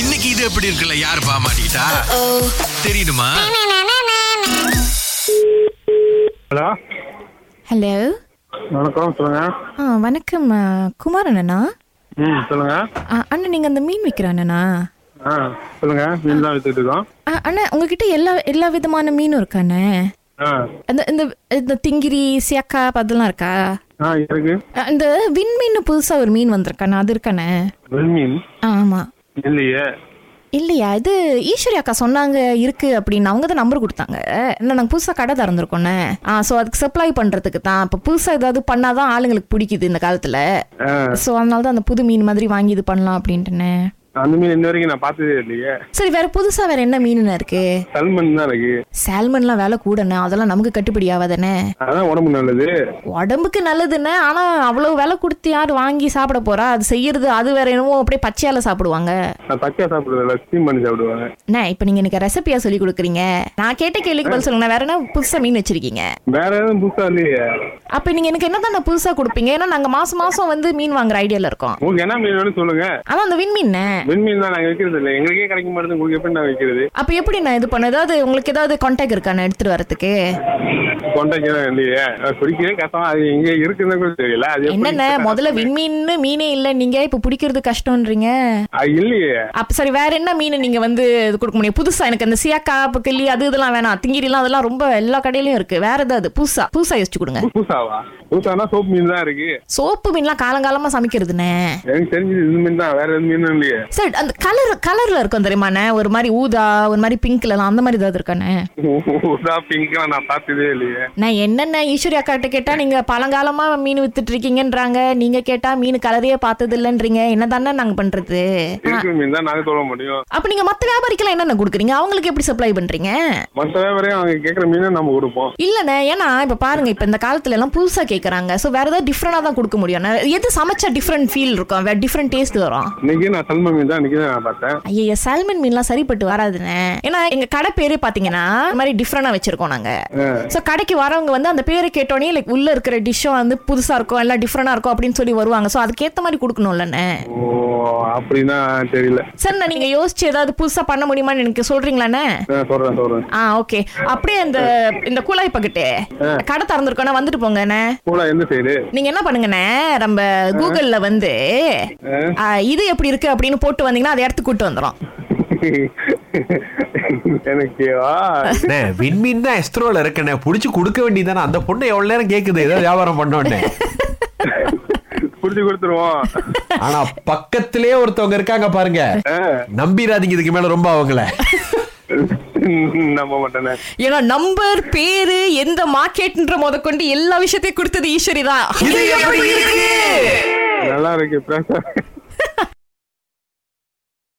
இன்னைக்கு இது எப்படி இருக்குல்ல யார் பாமாட்டா தெரியுமா ஹலோ ஹலோ வணக்கம் சொல்லுங்க ஆ வணக்கம் ஆ, குமார் அண்ணனா ம் சொல்லுங்க ஆ, அண்ணன் நீங்கள் அந்த மீன் விற்கிற அண்ணனா ஆ சொல்லுங்க மீன் தான் வித்துட்டு இருக்கோம் ஆ, அண்ணன் உங்ககிட்ட எல்லா எல்லா விதமான மீனும் இருக்கா அண்ணன் ஆ அந்த இந்த இந்த திங்கிரி சியக்காப் அதெல்லாம் இருக்கா ஆ இருக்கு ஆ, இந்த விண்மீன் புதுசாக ஒரு மீன் வந்திருக்காண்ணா அது இருக்காண்ணே மீன் ஆமாம் இல்லையே இல்லையா இது ஈஸ்வரி அக்கா சொன்னாங்க இருக்கு அப்படின்னு அவங்க தான் நம்பர் கொடுத்தாங்க இல்லை நாங்கள் புதுசாக கடை திறந்துருக்கோண்ணே ஆ ஸோ அதுக்கு சப்ளை பண்ணுறதுக்கு தான் இப்போ புதுசாக ஏதாவது பண்ணாதான் ஆளுங்களுக்கு பிடிக்குது இந்த காலத்தில் ஆ ஸோ அதனால தான் அந்த புது மீன் மாதிரி வாங்கி இது பண்ணலாம் அப்படின்ட்டுண்ணே அந்த மீன் இன்ன வரைக்கும் நான் பார்த்ததே இல்லையே சரி வேற புதுசா வேற என்ன மீனுண்ணே இருக்கு சல்மன் தான் இருக்கு சால்மன்லாம் விலை கூடண்ணே அதெல்லாம் நமக்கு கட்டுப்படி ஆகாதானே அதான் உடம்பு நல்லது உடம்புக்கு நல்லதுண்ணே ஆனா அவ்வளவு விலை கொடுத்து யார் வாங்கி சாப்பிட போறா அது செய்யறது அது வேற என்னமோ அப்படியே பச்சையால சாப்பிடுவாங்க நான் தக்கா சாப்பிடுறதில்ல ஸ்டீம் பண்ணி சாப்பிடுவாங்க அண்ணே இப்போ நீங்க எனக்கு ரெசிபியா சொல்லி கொடுக்குறீங்க நான் கேட்ட கேள்விக்கு பதில் சொல்லுங்க வேற என்ன புதுசா மீன் வச்சிருக்கீங்க வேற எதுவும் புதுசா இல்லையே அப்ப நீங்க எனக்கு என்ன தானே புதுசா கொடுப்பீங்க ஏன்னா நாங்க மாசம் மாசம் வந்து மீன் வாங்குற ஐடியால இருக்கோம் உங்களுக்கு என்ன மீன் வேணும் சொல்லுங்க ஆனா அந்த வின் மீன் வெண்மீன் தான் நாங்க விற்கிறது இல்லை எங்களுக்கே கிடைக்க மாட்டேங்குது உங்களுக்கு எப்படி நான் விற்கிறது அப்ப எப்படி நான் இது பண்ண ஏதாவது உங்களுக்கு ஏதாவது கான்டாக்ட் இருக்காண்ணே எடுத்துட்டு வரதுக்கு கொண்டாக்கிறேன் இல்லையே நான் குடிக்கிறேன் கஷ்டம் அது எங்க இருக்குன்னு கூட தெரியல அது எப்படி என்னண்ணே முதல்ல விண்மீன்னு மீனே இல்ல நீங்க இப்ப பிடிக்கிறது கஷ்டம்ன்றீங்க அது இல்லையே அப்ப சரி வேற என்ன மீன் நீங்க வந்து இது கொடுக்க முடியும் புதுசா எனக்கு அந்த சியாக்கா அப்ப கிளி அது இதெல்லாம் வேணாம் திங்கிரிலாம் அதெல்லாம் ரொம்ப எல்லா கடையிலயும் இருக்கு வேற ஏதாவது புதுசா புதுசா யோசிச்சு கொடுங்க புதுசாவா புதுசானா சோப் மீன் தான் இருக்கு சோப்பு மீன்லாம் காலங்காலமா சமைக்கிறதுண்ணே எனக்கு தெரிஞ்சது இந்த மீன் தான் வேற எதுவும் மீன் இல்லையே சரி அந்த கலர் கலர்ல இருக்கும் தெரியுமாண்ணே ஒரு மாதிரி ஊதா ஒரு மாதிரி பிங்க்லலாம் அந்த மாதிரி ஏதாவது இருக்காண்ணே ஊதா பிங்கா நான் பார்த்ததே இல்லையே நான் என்னென்ன ஈஸ்வரி அக்காட்ட கேட்டா நீங்க பழங்காலமா மீன் வித்துட்டு இருக்கீங்கன்றாங்க நீங்க கேட்டா மீன் கலரையே பார்த்தது இல்லைன்றீங்க என்னதானே நாங்க பண்றது இருக்கிற மீன் தான் நாங்க சொல்ல முடியும் அப்ப நீங்க மத்த வியாபாரிக்கெல்லாம் என்னென்ன கொடுக்குறீங்க அவங்களுக்கு எப்படி சப்ளை பண்றீங்க மற்ற வியாபாரியும் அவங்க கேட்குற மீனை நம்ம கொடுப்போம் இல்லண்ணே ஏன்னா இப்ப பாருங்க இப்ப இந்த காலத்துல எல்லாம் புதுசா கேக்குறாங்க சோ வேற ஏதாவது டிஃப்ரெண்டா தான் கொடுக்க முடியும் எது சமைச்சா டிஃப்ரெண்ட் ஃபீல் இருக்கும் வேற டிஃப்ரெண்ட் டேஸ்ட் வரும் இன்னைக்கு நான் சல்ம மீன் தான் இன்னைக்கு தான் நான் பார்த்தேன் ஐயா சால்மன் மீன்லாம் சரிப்பட்டு வராதுண்ணே ஏன்னா எங்க கடை பேரே பாத்தீங்கன்னா இந்த மாதிரி டிஃப்ரெண்டா வச்சிருக்கோம் நாங்க சோ கடைக்கு வரவங்க வந்து அந்த பேரை கேட்டோடனே லைக் உள்ள இருக்கிற டிஷ்ஷும் வந்து புதுசா இருக்கும் எல்லாம் டிஃப்ரெண்டா இருக்கும் அப்படின்னு சொல்லி வருவாங்க சோ அதுக்கேத்த மாதிரி கொடுக்கணும்லண்ணே ஓ அப்படின்னா தெரியல சரிண்ணா நீங்க யோசிச்சு ஏதாவது புதுசா பண்ண முடியுமான்னு எனக்கு சொல்றீங்களாண்ணே நான் சொல்றேன் சொல்றேன் ஆ ஓகே அப்படியே இந்த இந்த குழாய் பக்கெட்டு கடை திறந்துருக்கோண்ணே வந்துட்டு போங்கண்ணே கூட எந்த சைடு நீங்க என்ன பண்ணுங்கண்ணே நம்ம கூகுள்ல வந்து ஆ, இது எப்படி இருக்கு அப்படின்னு போட்டு வந்தீங்கன்னா அதை இடத்துக்கு கூட்டு வந்துரும் எனக்கு ஆ, அண்ணே, விண்மீன் தான் எஸ்ட்ரோல இருக்கண்ணே புடிச்சு கொடுக்க வேண்டியதானே அந்த பொண்ணு எவ்வளவு நேரம் கேக்குது ஏதோ வியாபாரம் பண்ணோன்னே புடிச்சு கொடுத்துருவோம் ஆனா பக்கத்திலே ஒருத்தவங்க இருக்காங்க பாருங்க நம்பிராதீங்க இதுக்கு மேல ரொம்ப அவங்கள நம்ப மாட்டேனே ஏன்னா நம்பர் பேரு எந்த மார்க்கெட்ன்ற முத கொண்டு எல்லா விஷயத்தையும் கொடுத்தது ஈஸ்வரி தான் இது எப்படி இருக்கு நல்லா இருக்கு பேச